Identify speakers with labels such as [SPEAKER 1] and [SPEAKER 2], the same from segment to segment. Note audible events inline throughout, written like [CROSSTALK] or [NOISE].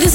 [SPEAKER 1] this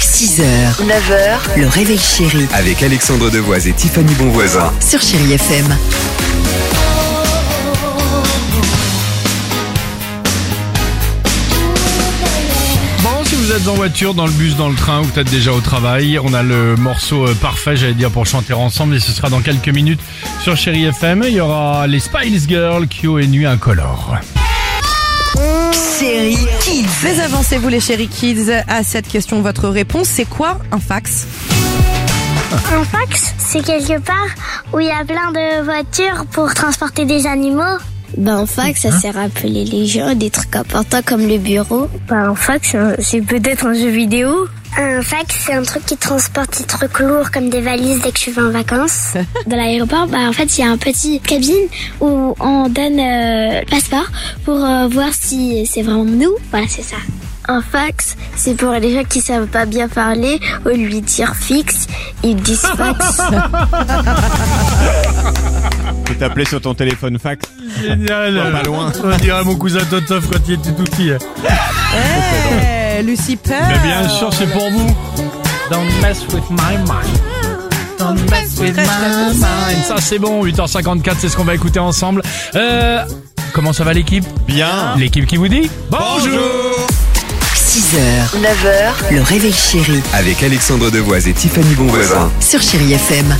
[SPEAKER 2] 6h, 9h, le réveil chéri
[SPEAKER 3] avec Alexandre Devoise et Tiffany Bonvoisin.
[SPEAKER 2] sur Chérie FM.
[SPEAKER 4] Bon, si vous êtes en voiture, dans le bus, dans le train ou peut-être déjà au travail, on a le morceau euh, parfait, j'allais dire, pour chanter ensemble et ce sera dans quelques minutes sur Chéri FM. Il y aura les Spice Girls, Kyo et Nuit Incolore.
[SPEAKER 2] Chérie Kids.
[SPEAKER 5] Mais avancez-vous les chéri kids à cette question. Votre réponse, c'est quoi un fax
[SPEAKER 6] Un fax, c'est quelque part où il y a plein de voitures pour transporter des animaux.
[SPEAKER 7] Ben, un fax, ça sert à appeler les gens, des trucs importants comme le bureau.
[SPEAKER 6] un fax, Ben, c'est peut-être un jeu vidéo. Un fax, Euh, c'est un truc qui transporte des trucs lourds comme des valises dès que je vais en [LAUGHS] vacances. Dans l'aéroport, bah, en fait, il y a un petit cabine où on donne euh, le passeport pour euh, voir si c'est vraiment nous. Voilà, c'est ça. Un fax, c'est pour les gens qui savent pas bien parler ou lui dire fixe, [LAUGHS] ils disent fax.
[SPEAKER 8] Tu t'appelais sur ton téléphone fax.
[SPEAKER 4] Génial.
[SPEAKER 8] Pas loin.
[SPEAKER 4] On dirait mon cousin Totof quand il était tout petit. hein.
[SPEAKER 5] Eh, Lucie Peur
[SPEAKER 4] Mais bien sûr, c'est pour vous. Don't mess with my mind. Don't mess with my mind. Ça, c'est bon. 8h54, c'est ce qu'on va écouter ensemble. Euh, comment ça va l'équipe
[SPEAKER 8] Bien.
[SPEAKER 4] L'équipe qui vous dit
[SPEAKER 2] 6h, 9h, le réveil chéri
[SPEAKER 3] Avec Alexandre Devoise et Tiffany Bonvoisin.
[SPEAKER 2] sur Chérie FM.